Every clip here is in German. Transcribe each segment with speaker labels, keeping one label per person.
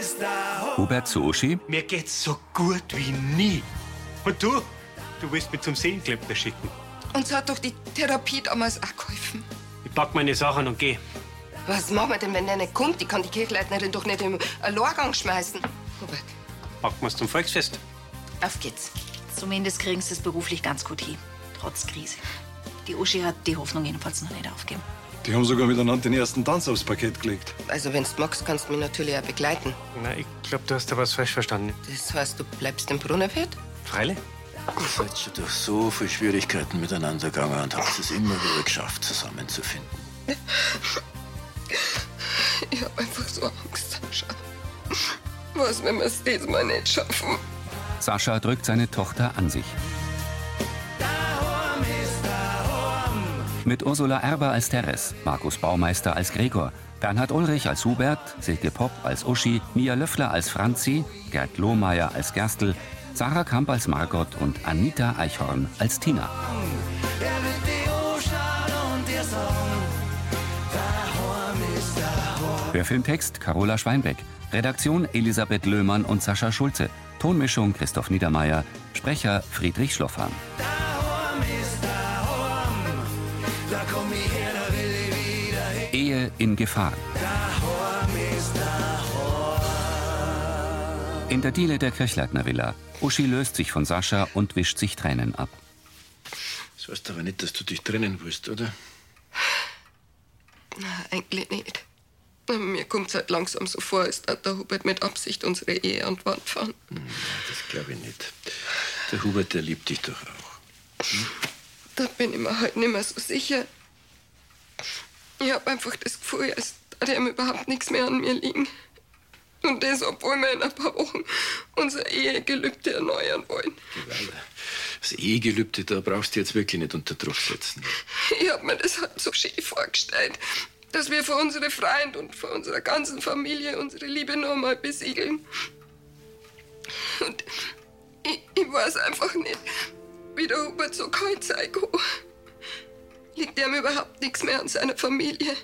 Speaker 1: ist da.
Speaker 2: Robert Sochi,
Speaker 1: Mir geht's so gut wie nie. Und du? Du willst mich zum Seenklempner schicken.
Speaker 3: Uns hat doch die Therapie damals auch geholfen.
Speaker 1: Ich pack meine Sachen und geh.
Speaker 3: Was machen wir denn, wenn der nicht kommt? Ich kann die Kirchleitnerin doch nicht im
Speaker 4: äh,
Speaker 3: Lorgang schmeißen. Robert,
Speaker 1: Packen wir's zum Volksfest.
Speaker 3: auf geht's.
Speaker 5: Zumindest kriegen sie es beruflich ganz gut hin. Trotz Krise. Die Uschi hat die Hoffnung jedenfalls noch nicht aufgegeben.
Speaker 6: Die haben sogar miteinander den ersten Tanz aufs Parkett gelegt.
Speaker 3: Also, wenn's magst, kannst du mich natürlich auch begleiten.
Speaker 1: Na, ich glaub, du hast da was falsch verstanden.
Speaker 3: Das heißt, du bleibst im Brunnerwirt?
Speaker 1: Freile?
Speaker 7: Ihr seid schon durch so viele Schwierigkeiten miteinander gegangen und habt es immer wieder geschafft, zusammenzufinden.
Speaker 3: Ich hab einfach so Angst, Sascha. Was, wenn wir es diesmal nicht schaffen?
Speaker 2: Sascha drückt seine Tochter an sich. Mit Ursula Erber als Teres, Markus Baumeister als Gregor, Bernhard Ulrich als Hubert, Silke Popp als Uschi, Mia Löffler als Franzi, Gerd Lohmeier als Gerstl, Sarah Kamp als Margot und Anita Eichhorn als Tina. Der Filmtext Carola Schweinbeck. Redaktion Elisabeth Löhmann und Sascha Schulze. Tonmischung Christoph Niedermeyer. Sprecher Friedrich Schloffhahn. Ehe in Gefahr. In der Diele der Kirchleitner Villa. Uschi löst sich von Sascha und wischt sich Tränen ab.
Speaker 7: Das heißt aber nicht, dass du dich trennen willst, oder?
Speaker 3: Nein, eigentlich nicht. Aber Mir kommt's halt langsam so vor, als hat der Hubert mit Absicht unsere Ehe an die Wand fahren.
Speaker 7: Hm, Das glaube ich nicht. Der Hubert, der liebt dich doch auch.
Speaker 3: Da bin ich mir halt nicht mehr so sicher. Ich hab einfach das Gefühl, als hat ihm überhaupt nichts mehr an mir liegen. Und das, obwohl wir in ein paar Wochen unser Ehegelübde erneuern wollen.
Speaker 7: Das Ehegelübde, da brauchst du jetzt wirklich nicht unter Druck setzen.
Speaker 3: Ich hab mir das halt so schön vorgestellt, dass wir für unsere Freunde und für unsere ganzen Familie unsere Liebe noch mal besiegeln. Und ich, ich weiß einfach nicht, wie der Hubert so kalt sein kann. Liegt ihm überhaupt nichts mehr an seiner Familie.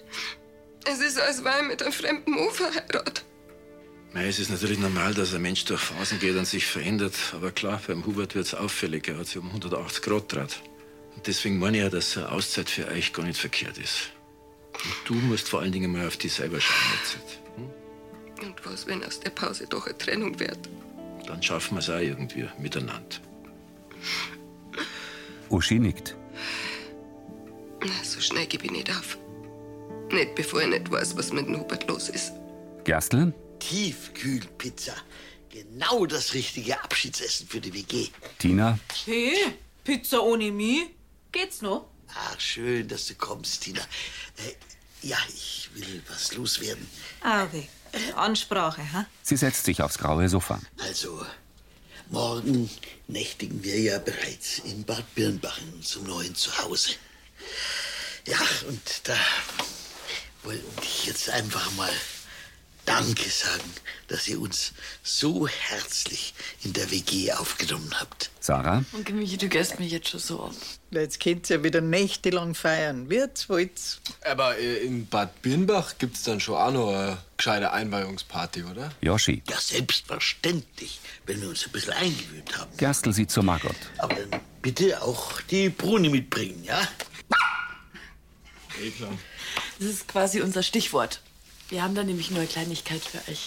Speaker 3: Es ist, als wäre er mit einem fremden Mann verheiratet.
Speaker 7: Mei, es ist natürlich normal, dass ein Mensch durch Phasen geht und sich verändert. Aber klar, beim Hubert wird es auffällig. Er hat sich um 180 Grad draht. Und deswegen meine ich ja, dass eine Auszeit für euch gar nicht verkehrt ist. Und du musst vor allen Dingen mal auf dich selber schauen. Jetzt.
Speaker 3: Und was, wenn aus der Pause doch eine Trennung wird?
Speaker 7: Dann schaffen wir es auch irgendwie miteinander.
Speaker 2: Uschi nickt.
Speaker 3: Na, so schnell gebe ich nicht auf. Nicht bevor ich nicht weiß, was mit dem Hubert los ist.
Speaker 2: Gerstl?
Speaker 8: Tiefkühlpizza. Genau das richtige Abschiedsessen für die WG.
Speaker 2: Tina?
Speaker 9: Hey, Pizza ohne mich? Geht's noch?
Speaker 8: Ach, schön, dass du kommst, Tina. Äh, ja, ich will was loswerden.
Speaker 9: Ah, okay. Ansprache, hä?
Speaker 2: Sie setzt sich aufs graue Sofa.
Speaker 8: Also, morgen nächtigen wir ja bereits in Bad Birnbach in unserem neuen Zuhause. Ja, und da wollte ich jetzt einfach mal Danke sagen, dass ihr uns so herzlich in der WG aufgenommen habt.
Speaker 2: Sarah?
Speaker 10: Und Michi, du gehst mir jetzt schon so ab.
Speaker 11: Jetzt könnt ihr ja wieder nächtelang feiern. Wird's, wollt's.
Speaker 12: Aber äh, in Bad Birnbach gibt's dann schon auch noch eine gescheite Einweihungsparty, oder?
Speaker 2: Yoshi?
Speaker 8: Ja, selbstverständlich, wenn wir uns ein bisschen eingewöhnt haben.
Speaker 2: Gerstl sieht zu Margot.
Speaker 8: Aber dann bitte auch die Bruni mitbringen, ja?
Speaker 10: Das ist quasi unser Stichwort. Wir haben da nämlich eine neue Kleinigkeit für euch.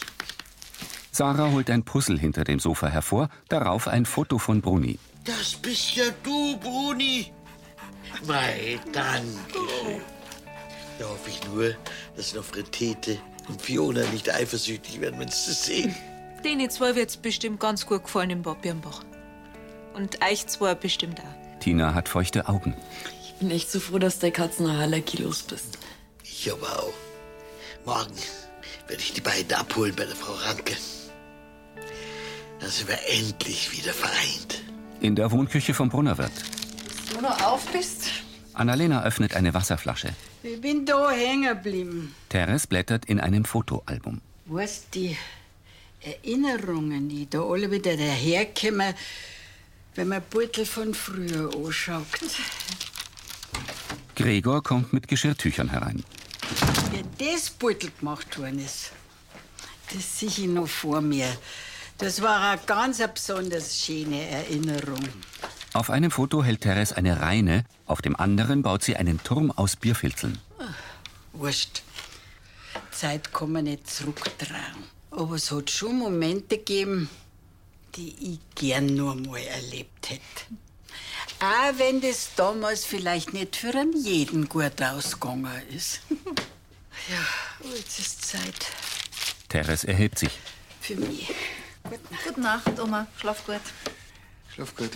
Speaker 2: Sarah holt ein Puzzle hinter dem Sofa hervor, darauf ein Foto von Bruni.
Speaker 8: Das bist ja du, Bruni. Mei, danke. Da hoffe ich nur, dass noch Tete und Fiona nicht eifersüchtig werden, wenn sie das sehen.
Speaker 9: Denen zwei wird's bestimmt ganz gut gefallen im Bad Birnbach. Und euch zwei bestimmt auch.
Speaker 2: Tina hat feuchte Augen.
Speaker 10: Ich bin echt so froh, dass du Katzenhaarlecky los bist.
Speaker 8: Ich aber auch. Morgen werde ich die beiden abholen bei der Frau Ranke. Dann sind wir endlich wieder vereint.
Speaker 2: In der Wohnküche vom Brunnerwirt.
Speaker 10: Wenn du noch auf bist.
Speaker 2: Annalena öffnet eine Wasserflasche.
Speaker 13: Ich bin da hängen geblieben.
Speaker 2: Teres blättert in einem Fotoalbum.
Speaker 13: Weißt die Erinnerungen, die da alle wieder daherkommen, wenn man Beutel von früher anschaut.
Speaker 2: Gregor kommt mit Geschirrtüchern herein.
Speaker 13: Wie das Beutel gemacht worden ist. Das sehe ich noch vor mir. Das war eine ganz eine besonders schöne Erinnerung.
Speaker 2: Auf einem Foto hält Teres eine Reine, auf dem anderen baut sie einen Turm aus Bierfilzeln.
Speaker 13: Wurscht. Zeit kann man nicht zurücktragen. Aber es hat schon Momente gegeben, die ich gern nur mal erlebt hätte. Auch wenn das damals vielleicht nicht für einen jeden gut ausgegangen ist. ja, jetzt ist Zeit
Speaker 2: Teres erhebt sich.
Speaker 13: für mich.
Speaker 5: Gute Nacht, Oma. Schlaf gut.
Speaker 12: Schlaf gut.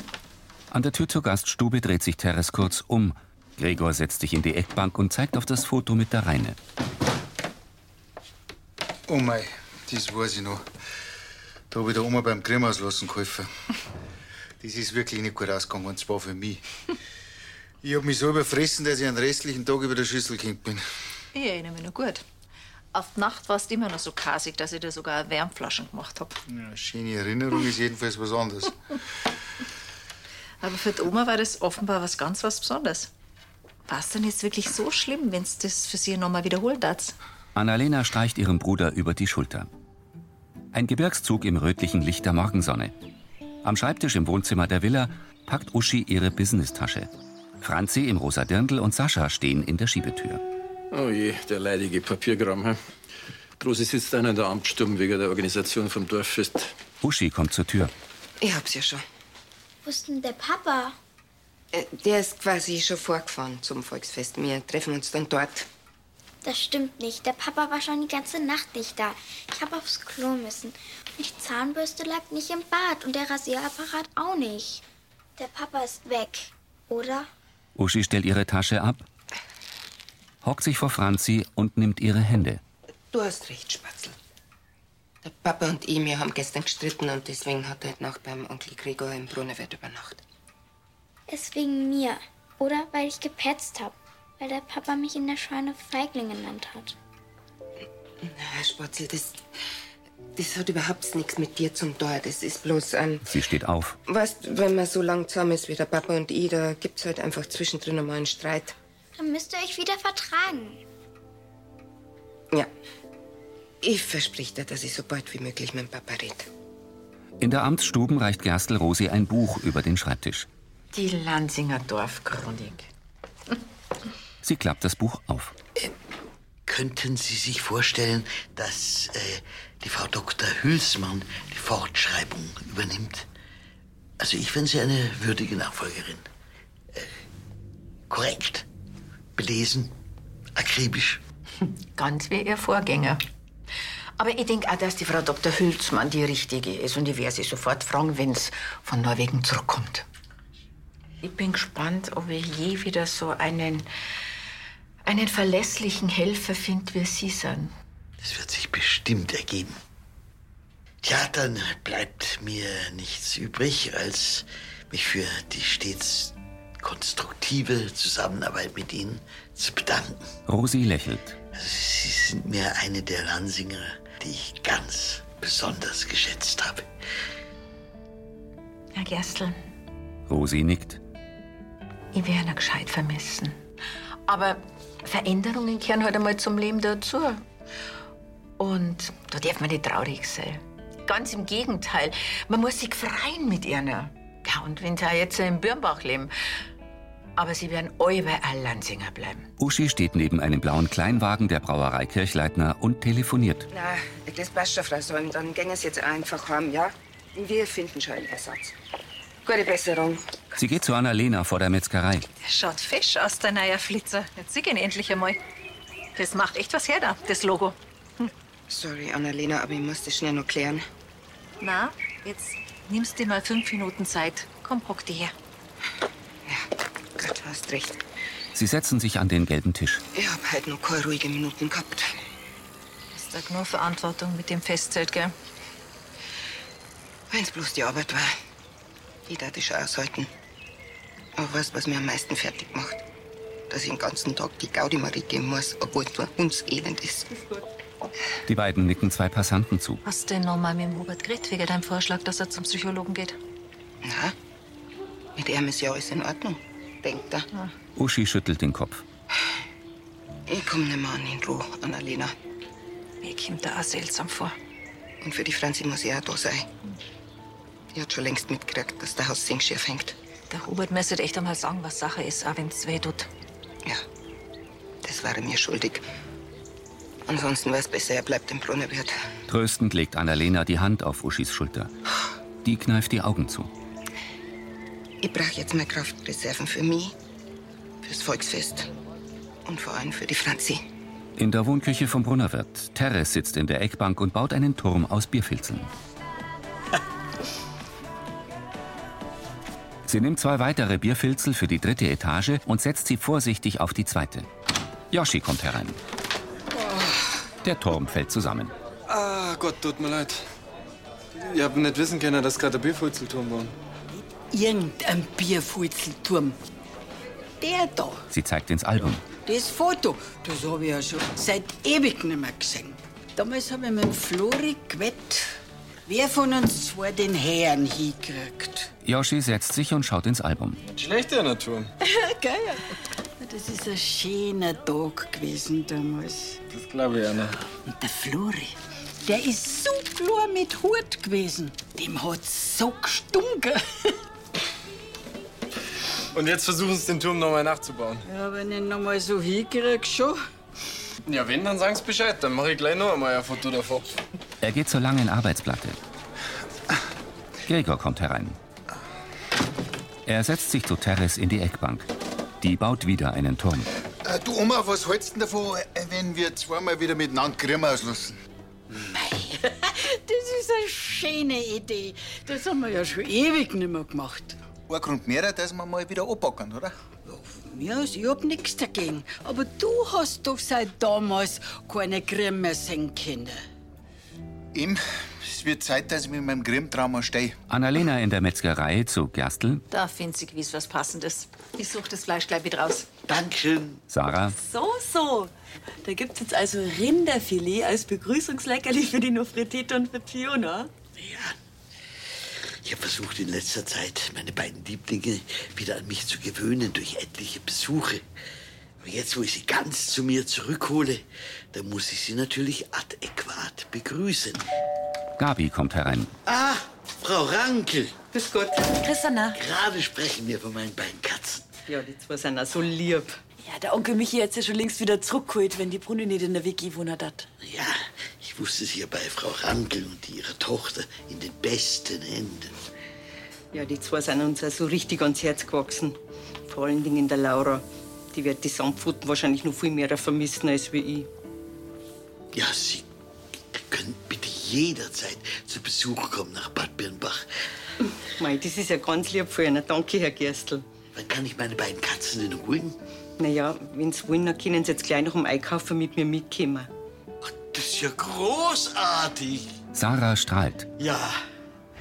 Speaker 2: An der Tür zur Gaststube dreht sich Teres kurz um. Gregor setzt sich in die Eckbank und zeigt auf das Foto mit der Reine.
Speaker 14: Oh mei, das weiß ich noch. Da hab ich der Oma beim Grimm auslassen geholfen. Das ist wirklich nicht gut ausgegangen, und zwar für mich. Ich hab mich so überfressen, dass ich den restlichen Tag über der Schüssel gehängt bin.
Speaker 5: Ich erinnere mich noch gut. Auf die Nacht warst du immer noch so kasig, dass ich dir sogar Wärmflaschen gemacht habe.
Speaker 14: Ja, schöne Erinnerung ist jedenfalls was anderes.
Speaker 5: Aber für die Oma war das offenbar was ganz was Besonderes. War es denn jetzt wirklich so schlimm, wenn es das für sie nochmal wiederholt hat?
Speaker 2: Annalena streicht ihrem Bruder über die Schulter. Ein Gebirgszug im rötlichen Licht der Morgensonne. Am Schreibtisch im Wohnzimmer der Villa packt Uschi ihre Businesstasche. Franzi im rosa Dirndl und Sascha stehen in der Schiebetür.
Speaker 7: Oh je, der leidige Papierkram. He? Große sitzt einer in der Amtssturm wegen der Organisation vom Dorffest.
Speaker 2: Uschi kommt zur Tür.
Speaker 4: Ich hab's ja schon.
Speaker 15: Wo ist denn der Papa?
Speaker 4: Äh, Der ist quasi schon vorgefahren zum Volksfest. Wir treffen uns dann dort.
Speaker 15: Das stimmt nicht. Der Papa war schon die ganze Nacht nicht da. Ich habe aufs Klo müssen. Und die Zahnbürste lag nicht im Bad und der Rasierapparat auch nicht. Der Papa ist weg, oder?
Speaker 2: Uschi stellt ihre Tasche ab, hockt sich vor Franzi und nimmt ihre Hände.
Speaker 4: Du hast recht, Spatzel. Der Papa und ich, wir haben gestern gestritten und deswegen hat er heute Nacht beim Onkel Gregor im Brunnenwald übernachtet.
Speaker 15: Ist wegen mir. Oder weil ich gepetzt habe. Weil der Papa mich in der Scheune Feigling genannt hat.
Speaker 4: Na, Herr Spatzel, das, das hat überhaupt nichts mit dir zum Tor. Das ist bloß ein.
Speaker 2: Sie steht auf.
Speaker 4: Weißt, wenn man so lang zusammen ist wie der Papa und ich, da gibt's halt einfach zwischendrin einmal einen Streit.
Speaker 15: Dann müsst ihr euch wieder vertragen.
Speaker 4: Ja. Ich versprich dir, dass ich so bald wie möglich mit dem Papa rede.
Speaker 2: In der Amtsstuben reicht Gerstl Rosi ein Buch über den Schreibtisch.
Speaker 16: Die Lanzinger Dorfchronik.
Speaker 2: Sie klappt das Buch auf.
Speaker 8: Könnten Sie sich vorstellen, dass äh, die Frau Dr. Hülsmann die Fortschreibung übernimmt? Also ich finde sie eine würdige Nachfolgerin. Äh, korrekt, belesen, akribisch.
Speaker 16: Ganz wie ihr Vorgänger. Aber ich denke auch, dass die Frau Dr. Hülsmann die richtige ist und ich werde sie sofort fragen, wenn es von Norwegen zurückkommt. Ich bin gespannt, ob ich je wieder so einen, einen verlässlichen Helfer finde, wie Sie sind.
Speaker 8: Das wird sich bestimmt ergeben. Tja, dann bleibt mir nichts übrig, als mich für die stets konstruktive Zusammenarbeit mit Ihnen zu bedanken.
Speaker 2: Rosi lächelt.
Speaker 8: Sie sind mir eine der Lansinger, die ich ganz besonders geschätzt habe.
Speaker 16: Herr Gerstl,
Speaker 2: Rosi nickt.
Speaker 16: ich werde ihn gescheit vermissen. Aber Veränderungen gehören halt einmal zum Leben dazu. Und da darf man nicht traurig sein. Ganz im Gegenteil, man muss sich freuen mit ihnen. Ja, und wenn sie auch jetzt in Birnbach leben. Aber sie werden allweil ein Lansinger bleiben.
Speaker 2: Uschi steht neben einem blauen Kleinwagen der Brauerei Kirchleitner und telefoniert.
Speaker 4: Na, das passt schon, Frau Solm. Dann gehen es jetzt einfach heim, ja? Wir finden schon einen Ersatz. Gute Besserung.
Speaker 2: Sie geht zu Annalena vor der Metzgerei.
Speaker 5: Schaut fesch aus, der neue Flitzer. Jetzt sieh ihn endlich einmal. Das macht echt was her da, das Logo.
Speaker 4: Sorry, Annalena, aber ich muss das schnell noch klären.
Speaker 5: Na, jetzt nimmst dir mal fünf Minuten Zeit. Komm, hock dich her.
Speaker 4: Gott, hast recht.
Speaker 2: Sie setzen sich an den gelben Tisch.
Speaker 4: Ich hab halt noch keine ruhigen Minuten gehabt.
Speaker 5: Ist da nur Verantwortung mit dem Festzelt, gell?
Speaker 4: Wenn's bloß die Arbeit war. Die darf ich schon aushalten. Aber weißt was mir am meisten fertig macht? Dass ich den ganzen Tag die Gaudi Marie geben muss, obwohl es nur uns elend ist.
Speaker 2: Die beiden nicken zwei Passanten zu.
Speaker 5: Hast denn nochmal mit dem Hubert geredet wegen deinem Vorschlag, dass er zum Psychologen geht?
Speaker 4: Na, mit ihm ist ja alles in Ordnung, denkt er.
Speaker 5: Ah.
Speaker 2: Uschi schüttelt den Kopf.
Speaker 4: Ich komm nimmer an in Ruhe, Annalena.
Speaker 5: Mir kommt er auch seltsam vor.
Speaker 4: Und für die Franzi muss ich auch da sein. Die hat schon längst mitgekriegt, dass der Haus schief hängt.
Speaker 5: Der Hubert müsste echt einmal sagen, was Sache ist, auch wenn es weh tut.
Speaker 4: Das war er mir schuldig. Ansonsten wäre es besser, er bleibt im Brunnerwirt.
Speaker 2: Tröstend legt Annalena die Hand auf Uschis Schulter. Die kneift die Augen zu.
Speaker 4: Ich brauche jetzt meine Kraftreserven für mich, fürs Volksfest und vor allem für die Franzi.
Speaker 2: In der Wohnküche vom Brunnerwirt. Teres sitzt in der Eckbank und baut einen Turm aus Bierfilzen. Sie nimmt zwei weitere Bierfilzel für die dritte Etage und setzt sie vorsichtig auf die zweite. Yoshi kommt herein. Der Turm fällt zusammen.
Speaker 12: Ah, Gott, tut mir leid. Ich hab nicht wissen können, dass gerade der Bierfurzelturm war.
Speaker 13: Irgendein Bierfurzelturm. Der da,
Speaker 2: Sie zeigt ins Album.
Speaker 13: das Foto, das habe ich ja schon seit ewig nicht mehr gesehen. Damals habe ich mit dem Flori gewettet, wer von uns zwei den Herrn hinkriegt.
Speaker 2: Yoshi setzt sich und schaut ins Album.
Speaker 12: Schlechter Natur.
Speaker 13: Geil. Das ist ein schöner Tag gewesen damals.
Speaker 12: Das glaube ich auch nicht.
Speaker 13: Und der Flori, der ist so klar mit Hut gewesen. Dem hat's so gestunken.
Speaker 12: Und jetzt versuchen sie den Turm nochmal nachzubauen.
Speaker 13: Ja, wenn ich noch mal so hinkrieg, schon.
Speaker 12: Ja, wenn, dann sagen sie Bescheid. Dann mache ich gleich noch einmal ein Foto davon.
Speaker 2: Er geht zur langen Arbeitsplatte. Gregor kommt herein. Er setzt sich zu Teres in die Eckbank. Die baut wieder einen Turm.
Speaker 14: Äh, du Oma, was hältst du denn davon, äh, wenn wir zweimal wieder miteinander Grimm auslassen?
Speaker 13: Das ist eine schöne Idee. Das haben wir ja schon ewig nicht mehr gemacht.
Speaker 14: Ein Grund mehr, dass wir mal wieder anpacken, oder?
Speaker 13: Ja, ich hab nichts dagegen. Aber du hast doch seit damals keine Grimm mehr sehen können.
Speaker 14: Ihm, es wird Zeit, dass ich mit meinem Grimm-Trauma stehe.
Speaker 2: Annalena in der Metzgerei zu Gerstl,
Speaker 5: Da findet sich wie's was Passendes. Ich suche das Fleisch gleich wieder raus.
Speaker 14: Dankeschön.
Speaker 2: Sarah,
Speaker 10: So, so. Da gibt's jetzt also Rinderfilet als Begrüßungsleckerli für die Nofretete und für Fiona.
Speaker 8: Ich habe versucht, in letzter Zeit meine beiden Lieblinge wieder an mich zu gewöhnen durch etliche Besuche. Aber jetzt, wo ich sie ganz zu mir zurückhole, da muss ich sie natürlich adäquat begrüßen.
Speaker 2: Gabi kommt herein.
Speaker 8: Ah, Frau Rankel.
Speaker 17: Grüß Gott.
Speaker 10: Grüß Anna.
Speaker 8: Gerade sprechen wir von meinen beiden Katzen.
Speaker 17: Ja, die zwei sind auch so lieb.
Speaker 10: Ja, der Onkel Michi hat's ja schon längst wieder zurückgeholt, wenn die Brunne nicht in der WG gewohnt hat.
Speaker 8: Ja, ich wusste es hier bei Frau Rankel und ihrer Tochter in den besten Händen.
Speaker 17: Ja, die zwei sind uns auch so richtig ans Herz gewachsen. Vor allen Dingen der Laura. Die wird die Sandpfoten wahrscheinlich noch viel mehr vermissen als wie ich.
Speaker 8: Ja, Sie können bitte jederzeit zu Besuch kommen nach Bad Birnbach.
Speaker 17: Mei, das ist ja ganz lieb von Ihnen. Danke, Herr Gerstl.
Speaker 8: Wann kann ich meine beiden Katzen denn holen?
Speaker 17: Naja, wenn Sie wollen, dann können Sie jetzt gleich nach dem Einkaufen mit mir mitkommen.
Speaker 8: Das ist ja großartig.
Speaker 2: Sarah strahlt.
Speaker 8: Ja,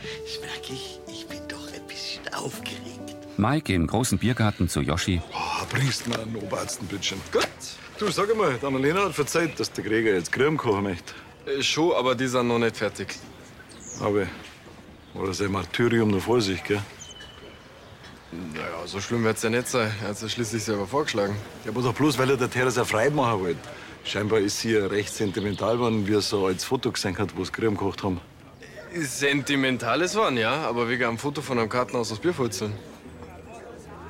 Speaker 8: das merke ich. Ich bin doch ein bisschen aufgeregt.
Speaker 2: Mike im großen Biergarten zu Yoshi.
Speaker 6: Ah, bringst mir einen Oberarzt ein bisschen. Gut. Du, sag mal, die Annalena hat verzeiht, dass der Gregor jetzt Grimm kochen möchte.
Speaker 12: Äh, schon, aber die sind noch nicht fertig.
Speaker 6: Aber war das ein Martyrium noch vor sich, gell?
Speaker 12: Naja, so schlimm wird's ja nicht sein. Er hat's ja schließlich selber vorgeschlagen.
Speaker 6: Ja, aber doch bloß, weil er der Theresa Freude machen wollte. Scheinbar ist sie ja recht sentimental geworden, wie er so als Foto gesehen hat, wo sie Grimm gekocht haben.
Speaker 12: Sentimentales waren, ja, aber wegen einem Foto von einem Kartenhaus aus Bierfurzeln.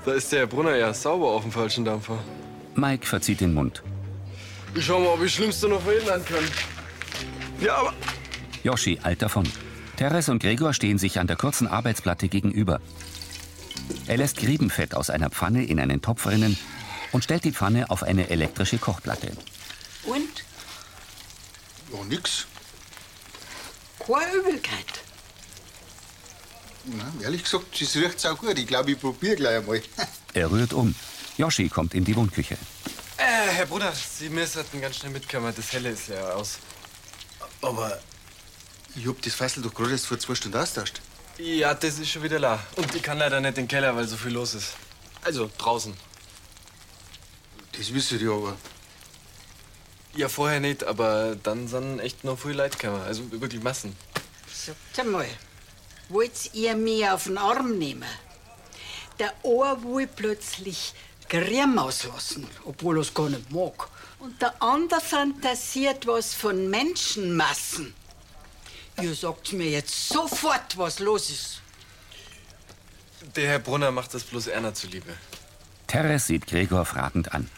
Speaker 12: Da ist der Herr Brunner ja sauber auf dem falschen Dampfer.
Speaker 2: Mike verzieht den Mund.
Speaker 12: Ich schau mal, ob ich das Schlimmste noch verhindern kann. Ja, aber.
Speaker 2: Yoshi eilt davon. Teres und Gregor stehen sich an der kurzen Arbeitsplatte gegenüber. Er lässt Griebenfett aus einer Pfanne in einen Topf rinnen und stellt die Pfanne auf eine elektrische Kochplatte.
Speaker 13: Und?
Speaker 14: Ja, nix.
Speaker 13: Keine Übelkeit.
Speaker 14: Na, ehrlich gesagt, das riecht auch gut. Ich glaube, ich probiere gleich einmal.
Speaker 2: Er rührt um. Yoshi kommt in die Wohnküche.
Speaker 12: Äh, Herr Brunner, Sie müssten ganz schnell mitkommen. Das Helle ist ja aus.
Speaker 14: Aber ich hab das Fessel doch gerade erst vor zwei Stunden austauscht.
Speaker 12: Ja, das ist schon wieder la. Und ich kann leider nicht in den Keller, weil so viel los ist. Also, draußen.
Speaker 14: Das wisst ihr aber.
Speaker 12: Ja, vorher nicht, aber dann sind echt noch viel Leute gekommen. Also wirklich Massen.
Speaker 13: Sag mal, wollt ihr mich auf den Arm nehmen? Der Ohr will plötzlich Grimm auslassen, obwohl er es gar nicht mag. Und der andere fantasiert was von Menschenmassen. Ihr sagt mir jetzt sofort, was los ist.
Speaker 12: Der Herr Brunner macht das bloß Erna zuliebe.
Speaker 2: Teres sieht Gregor fragend an.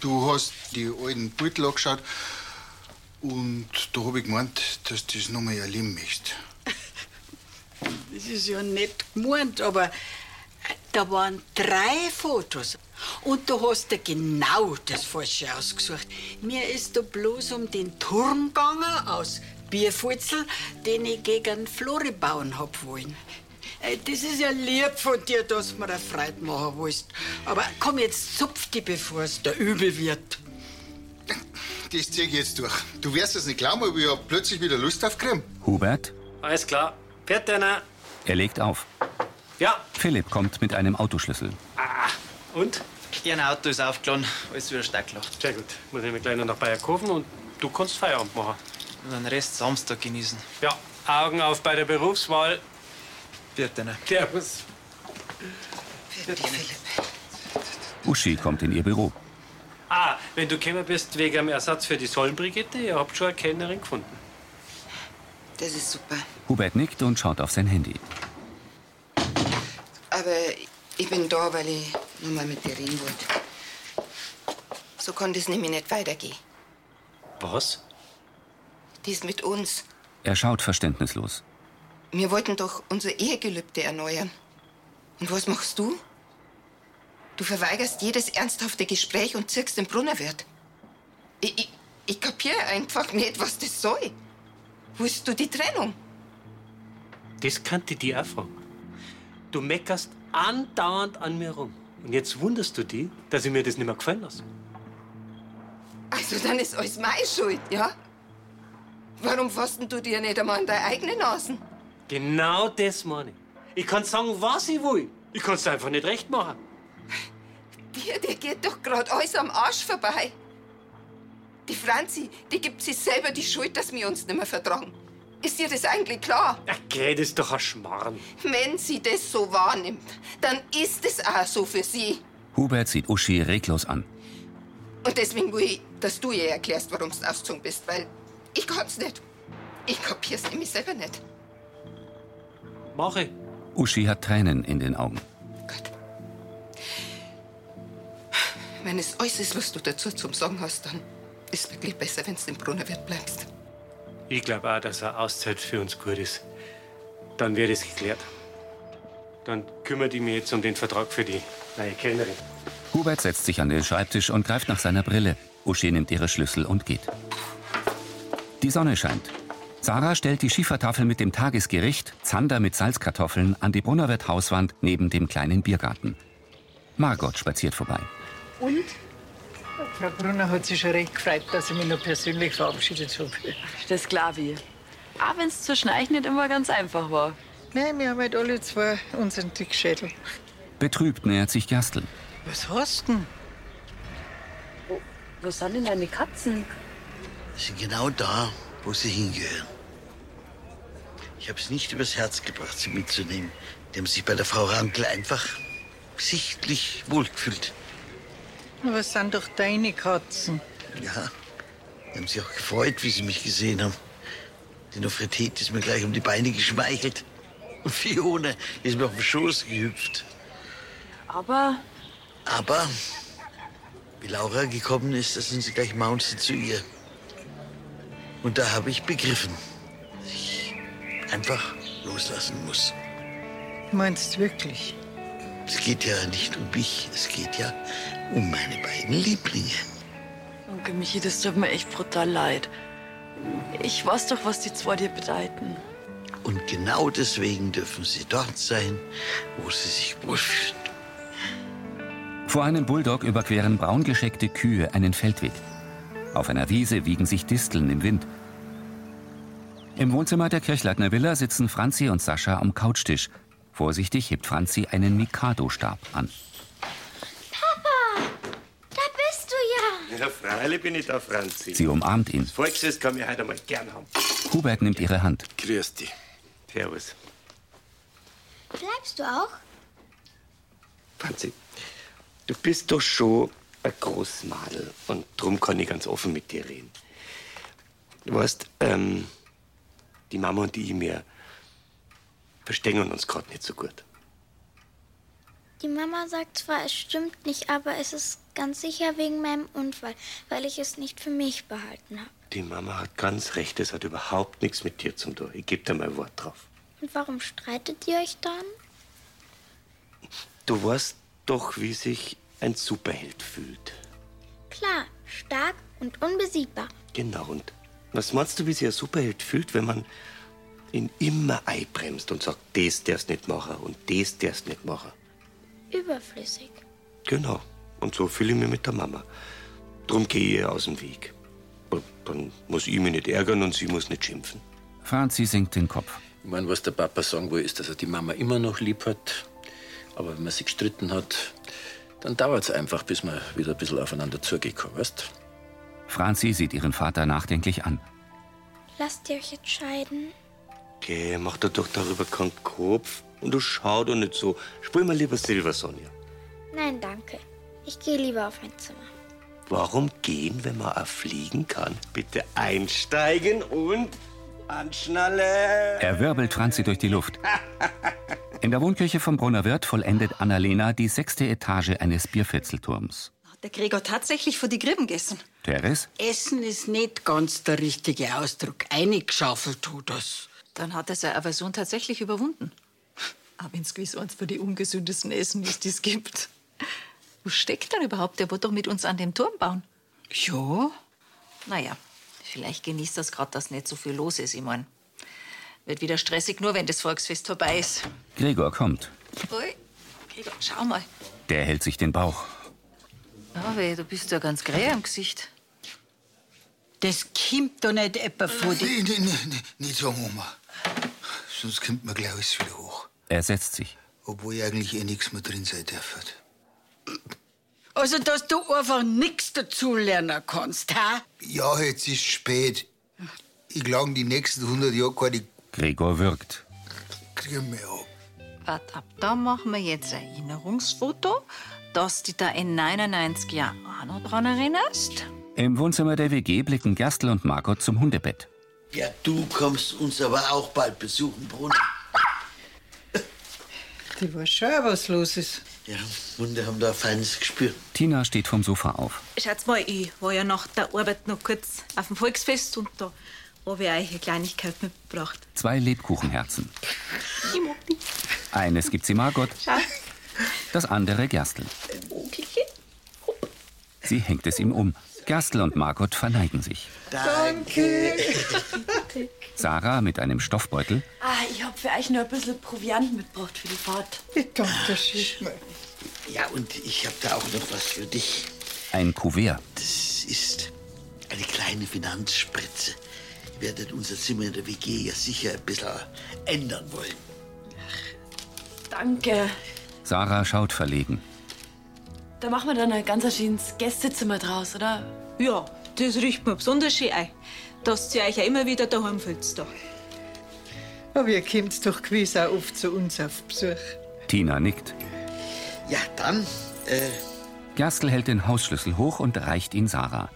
Speaker 14: Du hast die alten Beutel angeschaut und da habe ich gemeint, dass du das nochmal erleben möchtest.
Speaker 13: Das ist ja nett gemeint, aber äh, da waren drei Fotos. Und du hast dir genau das Falsche ausgesucht. Mir ist da bloß um den Turm gegangen aus Bierfurzel, den ich gegen Flori bauen hab wollen. Äh, Das ist ja lieb von dir, dass du mir eine Freude machen willst. Aber komm, jetzt zupf die, bevor es dir übel wird.
Speaker 14: Das zieh ich jetzt durch. Du wirst es nicht glauben, aber ich hab plötzlich wieder Lust auf Creme.
Speaker 2: Hubert,
Speaker 18: Alles klar. Fährt einer?
Speaker 2: er legt auf.
Speaker 18: Ja.
Speaker 2: Philipp kommt mit einem Autoschlüssel.
Speaker 18: Und? Ihr Auto ist aufgeladen. Alles wieder startgelacht. Sehr gut. Muss ich mir gleich noch nach Bayerkofen und du kannst Feierabend machen. Und den Rest Samstag genießen. Ja. Augen auf bei der Berufswahl. Fährt
Speaker 4: ne?
Speaker 18: einer. Servus.
Speaker 2: Uschi kommt in ihr Büro.
Speaker 18: Ah, wenn du gekommen bist wegen dem Ersatz für die Sollenbrigitte, ihr habt schon eine Kellnerin gefunden.
Speaker 4: Das ist super.
Speaker 2: Hubert nickt und schaut auf sein Handy.
Speaker 4: Aber ich bin da, weil ich nur mal mit dir reden wollte. So kann das nämlich nicht weitergehen.
Speaker 18: Was?
Speaker 4: Dies mit uns.
Speaker 2: Er schaut verständnislos.
Speaker 4: Wir wollten doch unser Ehegelübde erneuern. Und was machst du? Du verweigerst jedes ernsthafte Gespräch und zirkst den Brunnerwirt. Ich, ich, ich kapiere einfach nicht, was das soll. Willst du die Trennung?
Speaker 18: Das kannte die auch fragen. Du meckerst andauernd an mir rum. Und jetzt wunderst du dich, dass ich mir das nicht mehr gefallen lasse.
Speaker 4: Also dann ist alles meine Schuld, ja? Warum fasst denn du dir nicht einmal an deine eigene Nasen?
Speaker 18: Genau das meine ich. Ich kann sagen, was ich will. Ich kann es einfach nicht recht machen.
Speaker 4: Dir, dir geht doch gerade alles am Arsch vorbei. Die Franzi, die gibt sich selber die Schuld, dass wir uns nicht mehr vertragen. Ist dir das eigentlich klar?
Speaker 18: Geh, das ist doch ein Schmarrn.
Speaker 4: Wenn sie das so wahrnimmt, dann ist es auch so für sie.
Speaker 2: Hubert sieht Uschi reglos an.
Speaker 4: Und deswegen will ich, dass du ihr erklärst, warum du ausgezogen bist, weil ich kann's nicht. Ich kapier's nämlich selber nicht.
Speaker 18: Mache.
Speaker 2: Uschi hat Tränen in den Augen.
Speaker 4: Wenn es alles ist, was du dazu zum Sagen hast, dann ist wirklich besser, wenn du im Brunnerwirt bleibst.
Speaker 18: Ich glaube auch, dass eine Auszeit für uns gut ist. Dann wird es geklärt. Dann kümmert ich mich jetzt um den Vertrag für die neue Kellnerin.
Speaker 2: Hubert setzt sich an den Schreibtisch und greift nach seiner Brille. Uschi nimmt ihre Schlüssel und geht. Die Sonne scheint. Sarah stellt die Schiefertafel mit dem Tagesgericht, Zander mit Salzkartoffeln, an die Brunnerwirt-Hauswand neben dem kleinen Biergarten. Margot spaziert vorbei.
Speaker 11: Und? Frau Brunner hat sich schon recht gefreut, dass ich mich noch persönlich verabschiedet habe.
Speaker 10: Das glaube ich. Auch wenn es zur Schneich nicht immer ganz einfach war.
Speaker 11: Nein, wir haben halt alle zwei unseren Dickschädel.
Speaker 2: Betrübt nähert sich Gerstl.
Speaker 11: Was hast denn?
Speaker 10: Wo sind denn deine Katzen?
Speaker 8: Sie sind genau da, wo sie hingehören. Ich habe es nicht übers Herz gebracht, sie mitzunehmen. Die haben sich bei der Frau Rankel einfach sichtlich wohlgefühlt.
Speaker 11: Aber es sind doch deine Katzen.
Speaker 8: Ja, die haben sich auch gefreut, wie sie mich gesehen haben. Die Nofretete ist mir gleich um die Beine geschmeichelt. Und Fiona ist mir auf den Schoß gehüpft.
Speaker 10: Aber
Speaker 8: Aber wie Laura gekommen ist, da sind sie gleich maunzend zu ihr. Und da habe ich begriffen, dass ich einfach loslassen muss.
Speaker 11: Meinst du wirklich?
Speaker 8: Es geht ja nicht um mich, es geht ja um meine beiden Lieblinge.
Speaker 10: Onkel Michi, das tut mir echt brutal leid. Ich weiß doch, was die zwei dir bedeuten.
Speaker 8: Und genau deswegen dürfen sie dort sein, wo sie sich wohlfühlen.
Speaker 2: Vor einem Bulldog überqueren braungescheckte Kühe einen Feldweg. Auf einer Wiese wiegen sich Disteln im Wind. Im Wohnzimmer der Kirchleitner Villa sitzen Franzi und Sascha am Couchtisch. Vorsichtig hebt Franzi einen Mikado-Stab an.
Speaker 15: Papa, da bist du ja.
Speaker 19: Ja, freilich bin ich da, Franzi.
Speaker 2: Sie umarmt ihn.
Speaker 19: Das Volksfest kann mir heute mal gern haben.
Speaker 2: Hubert nimmt ihre Hand.
Speaker 19: Grüß dich. Servus.
Speaker 15: Bleibst du auch?
Speaker 19: Franzi, du bist doch schon ein Großmadel. Und drum kann ich ganz offen mit dir reden. Du weißt, ähm, Die Mama und ich, wir verstehen uns gerade nicht so gut.
Speaker 15: Die Mama sagt zwar, es stimmt nicht, aber es ist ganz sicher wegen meinem Unfall, weil ich es nicht für mich behalten habe.
Speaker 19: Die Mama hat ganz recht, es hat überhaupt nichts mit dir zu tun. Ich gebe dir mein Wort drauf.
Speaker 15: Und warum streitet ihr euch dann?
Speaker 19: Du weißt doch, wie sich ein Superheld fühlt.
Speaker 15: Klar, stark und unbesiegbar.
Speaker 19: Genau, und was meinst du, wie sich ein Superheld fühlt, wenn man ihn immer einbremst und sagt, das darfst nicht machen und das darfst nicht machen?
Speaker 15: Überflüssig.
Speaker 19: Genau, und so fühle ich mich mit der Mama. Drum gehe ich ihr aus dem Weg. Und Dann muss ich mich nicht ärgern und sie muss nicht schimpfen.
Speaker 2: Franzi sinkt den Kopf.
Speaker 7: Ich meine, was der Papa sagen will, ist, dass er die Mama immer noch lieb hat. Aber wenn man sich gestritten hat, dann dauert es einfach, bis man wieder ein bisschen aufeinander zugekommen ist.
Speaker 2: Franzi sieht ihren Vater nachdenklich an.
Speaker 15: Lasst ihr euch entscheiden.
Speaker 19: Geh, mach dir doch darüber keinen Kopf. Und du schau doch nicht so. Spiel mal lieber Silber, Sonja.
Speaker 15: Nein, danke. Ich gehe lieber auf mein Zimmer.
Speaker 19: Warum gehen, wenn man auch fliegen kann? Bitte einsteigen und anschnalle.
Speaker 2: Er wirbelt Franzi durch die Luft. In der Wohnküche vom Brunnerwirt vollendet Annalena die sechste Etage eines Biervierzelturms.
Speaker 13: Hat der Gregor tatsächlich vor die Grippen gegessen?
Speaker 2: Teres?
Speaker 13: Essen ist nicht ganz der richtige Ausdruck. Eingeschaufelt tut das.
Speaker 5: Dann hat er seine Aversion tatsächlich überwunden. Aber ins gewiss eins für die ungesündesten Essen, die es gibt. Wo steckt er überhaupt? Der wird doch mit uns an dem Turm bauen.
Speaker 13: Ja.
Speaker 5: Naja, vielleicht genießt das gerade, dass nicht so viel los ist, ich mein. Wird wieder stressig, nur wenn das Volksfest vorbei ist.
Speaker 2: Gregor kommt.
Speaker 5: Ui, Gregor, schau mal.
Speaker 2: Der hält sich den Bauch.
Speaker 5: Ja, weh, du bist ja ganz grä am Gesicht.
Speaker 13: Das kommt doch nicht etwa vor die.
Speaker 14: Nee, nee, nee, nee, nicht sagen, Oma. Sonst kommt mir gleich alles wieder hoch.
Speaker 2: Er setzt sich.
Speaker 14: Obwohl ich eigentlich eh nichts mehr drin sein darf.
Speaker 13: Also, dass du einfach nichts dazulernen kannst, ha?
Speaker 14: Ja, jetzt ist spät. Ich glaube, die nächsten 100 Jahre keine
Speaker 2: Gregor wirkt.
Speaker 14: Grimm mehr ab.
Speaker 5: Wart ab, da machen wir jetzt ein Erinnerungsfoto, dass du da in 99 Jahren auch noch dran erinnerst.
Speaker 2: Im Wohnzimmer der WG blicken Gerstl und Margot zum Hundebett.
Speaker 8: Ja, du kommst uns aber auch bald besuchen, Bruno.
Speaker 11: Die weiß schon, was los ist.
Speaker 8: Ja, Hunde haben da ein feines Gespür.
Speaker 2: Tina steht vom Sofa auf.
Speaker 9: Schaut mal, ich war ja nach der Arbeit noch kurz auf dem Volksfest und da habe ich euch eine Kleinigkeit mitgebracht.
Speaker 2: Zwei Lebkuchenherzen.
Speaker 9: Ich mag die.
Speaker 2: Eines gibt sie Margot,
Speaker 9: Schau.
Speaker 2: das andere Gerstl. Sie hängt es ihm um. Gerstl und Margot verneigen sich.
Speaker 10: Danke.
Speaker 2: Sarah mit einem Stoffbeutel,
Speaker 10: ah, ich hab für euch noch ein bisschen Proviant mitgebracht für die Fahrt. Ich danke schön.
Speaker 8: Ja, und ich habe da auch noch was für dich.
Speaker 2: ein Kuvert.
Speaker 8: Das ist eine kleine Finanzspritze. Ihr werdet unser Zimmer in der WG ja sicher ein bisschen ändern wollen.
Speaker 10: Danke.
Speaker 2: Sarah schaut verlegen.
Speaker 10: Da machen wir dann ein ganz schönes Gästezimmer draus, oder?
Speaker 9: Ja, das riecht mir besonders schön ein, dass ihr euch ja immer wieder daheim fühlt. Da.
Speaker 11: Aber ihr kommt doch gewiss auch oft zu uns auf Besuch.
Speaker 2: Tina nickt.
Speaker 8: Ja, dann. äh,
Speaker 2: Gerstl hält den Hausschlüssel hoch und reicht ihn Sarah.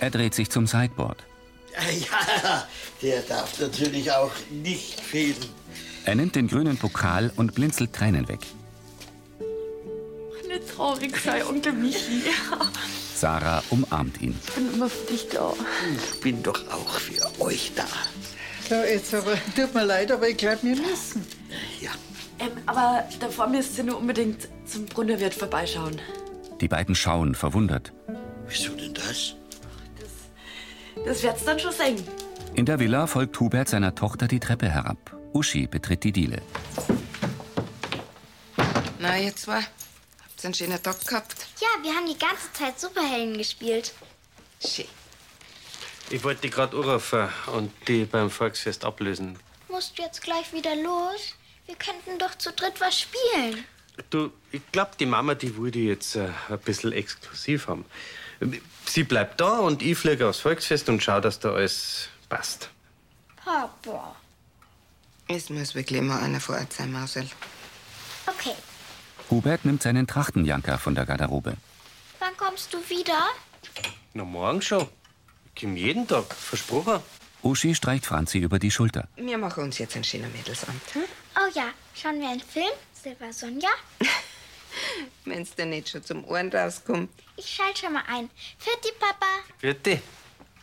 Speaker 2: Er dreht sich zum Sideboard.
Speaker 8: Äh, Ja, der darf natürlich auch nicht fehlen.
Speaker 2: Er nimmt den grünen Pokal und blinzelt Tränen weg.
Speaker 10: Nicht traurig sei, Onkel Michi.
Speaker 2: Sarah umarmt ihn.
Speaker 10: Ich bin immer für dich da.
Speaker 8: Ich bin doch auch für euch da.
Speaker 11: So, jetzt aber, tut mir leid, aber ich glaube, wir müssen.
Speaker 10: Ähm, aber davor müsst ihr nur unbedingt zum Brunnerwirt vorbeischauen.
Speaker 2: Die beiden schauen verwundert.
Speaker 8: Wieso denn das?
Speaker 10: Das wird's dann schon sein.
Speaker 2: In der Villa folgt Hubert seiner Tochter die Treppe herab. Uschi betritt die Diele.
Speaker 4: Na, ihr zwei. Habt einen schönen Tag gehabt?
Speaker 15: Ja, wir haben die ganze Zeit Superhelden gespielt.
Speaker 4: Schön.
Speaker 18: Ich wollte die gerade anrufen und die beim Volksfest ablösen.
Speaker 15: Musst du jetzt gleich wieder los? Wir könnten doch zu dritt was spielen.
Speaker 18: Du, ich glaube, die Mama, die würde jetzt äh, ein bisschen exklusiv haben. Sie bleibt da und ich fliege aufs Volksfest und schau, dass da alles passt.
Speaker 15: Papa.
Speaker 4: Es muss wirklich immer einer vor Ort sein, Mausel.
Speaker 15: Okay,
Speaker 2: Hubert nimmt seinen Trachtenjanker von der Garderobe.
Speaker 15: wann kommst du wieder?
Speaker 18: Na, morgen schon. Ich
Speaker 20: Kim jeden Tag, versprochen.
Speaker 2: Uschi streicht Franzi über die Schulter.
Speaker 4: Wir machen uns jetzt einen schönen Mädelsabend.
Speaker 15: Oh ja, schauen wir einen Film? Silber Sonja?
Speaker 4: Wenn's dir nicht schon zum Ohren rauskommt.
Speaker 15: Ich schalte schon mal ein. Für die Papa.
Speaker 20: Bitte.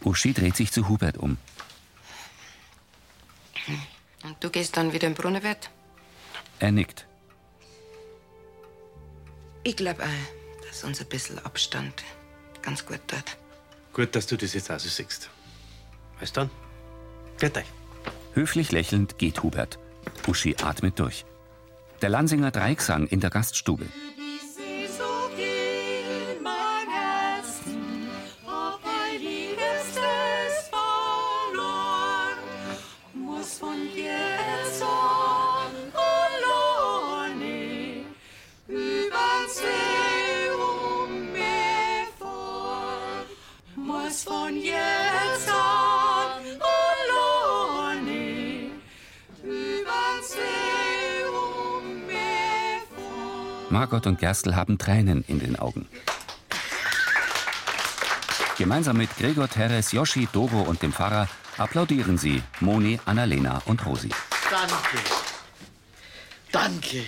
Speaker 2: Uschi dreht sich zu Hubert um.
Speaker 4: Und du gehst dann wieder in Brunnenwirt?
Speaker 2: Er nickt.
Speaker 4: Ich glaube auch, dass uns ein bisschen Abstand ganz gut tut.
Speaker 20: Gut, dass du das jetzt auch so siehst. Weißt dann? Bitte.
Speaker 2: Höflich lächelnd geht Hubert. Uschi atmet durch. Der Lansinger Dreiecksang in der Gaststube.
Speaker 21: Von jetzt an alleine übers See um mich
Speaker 2: Margot und Gerstl haben Tränen in den Augen. Gemeinsam mit Gregor Teres, Yoshi, Doro und dem Pfarrer applaudieren sie Moni, Annalena und Rosi.
Speaker 8: Danke. Danke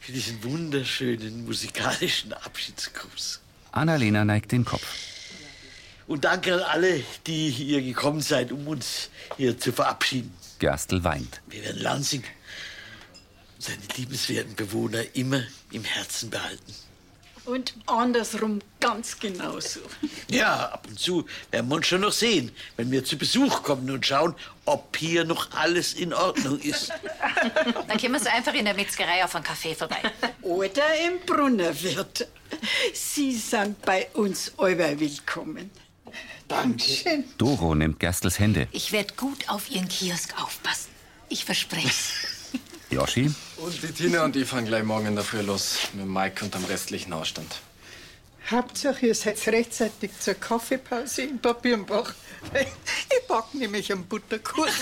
Speaker 8: für diesen wunderschönen musikalischen Abschiedsgruß.
Speaker 2: Annalena neigt den Kopf.
Speaker 8: Und danke an alle, die hier gekommen seid, um uns hier zu verabschieden.
Speaker 2: Gerstl weint.
Speaker 8: Wir werden Lansing und seine liebenswerten Bewohner immer im Herzen behalten.
Speaker 10: Und andersrum ganz genauso.
Speaker 8: Ja, ab und zu werden wir uns schon noch sehen, wenn wir zu Besuch kommen und schauen, ob hier noch alles in Ordnung ist.
Speaker 5: Dann können wir so einfach in der Metzgerei auf einen Kaffee vorbei.
Speaker 13: Oder im Brunnerwirt. Sie sind bei uns euer willkommen. Dankeschön.
Speaker 2: Doro nimmt Gerstls Hände.
Speaker 22: Ich werde gut auf Ihren Kiosk aufpassen. Ich verspreche
Speaker 2: Yoshi?
Speaker 12: Und die Tina und ich fahren gleich morgen in der Früh los. Mit Mike und dem restlichen Ausstand.
Speaker 11: Hauptsache, ihr seid rechtzeitig zur Kaffeepause in Bad Birnbach. Ich back nämlich einen Butterkuchen.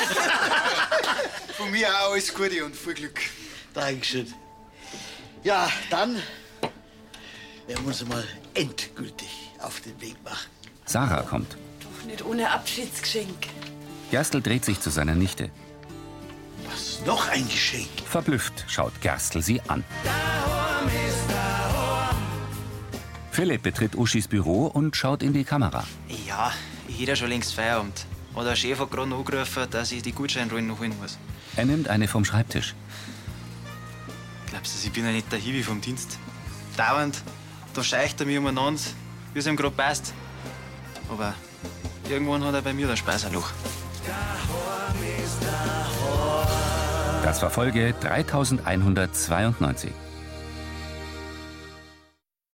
Speaker 14: Von mir auch alles Gute und viel Glück.
Speaker 8: Dankeschön. Ja, dann werden wir uns mal endgültig auf den Weg machen.
Speaker 2: Sarah kommt.
Speaker 10: Nicht ohne Abschiedsgeschenk.
Speaker 2: Gerstl dreht sich zu seiner Nichte.
Speaker 8: Was? Noch ein Geschenk?
Speaker 2: Verblüfft schaut Gerstl sie an. Philipp betritt Uschis Büro und schaut in die Kamera.
Speaker 23: Ja, ich hätte ja schon längst Feierabend. Aber der Chef hat gerade angerufen, dass ich die Gutscheinrollen noch holen muss.
Speaker 2: Er nimmt eine vom Schreibtisch.
Speaker 23: Glaubst du, ich bin ja nicht der Hiwi vom Dienst? Dauernd, da scheicht er mich umeinander, wie es ihm gerade passt. Aber irgendwann hat er bei mir den Spaß ein Loch.
Speaker 2: Das war Folge 3192.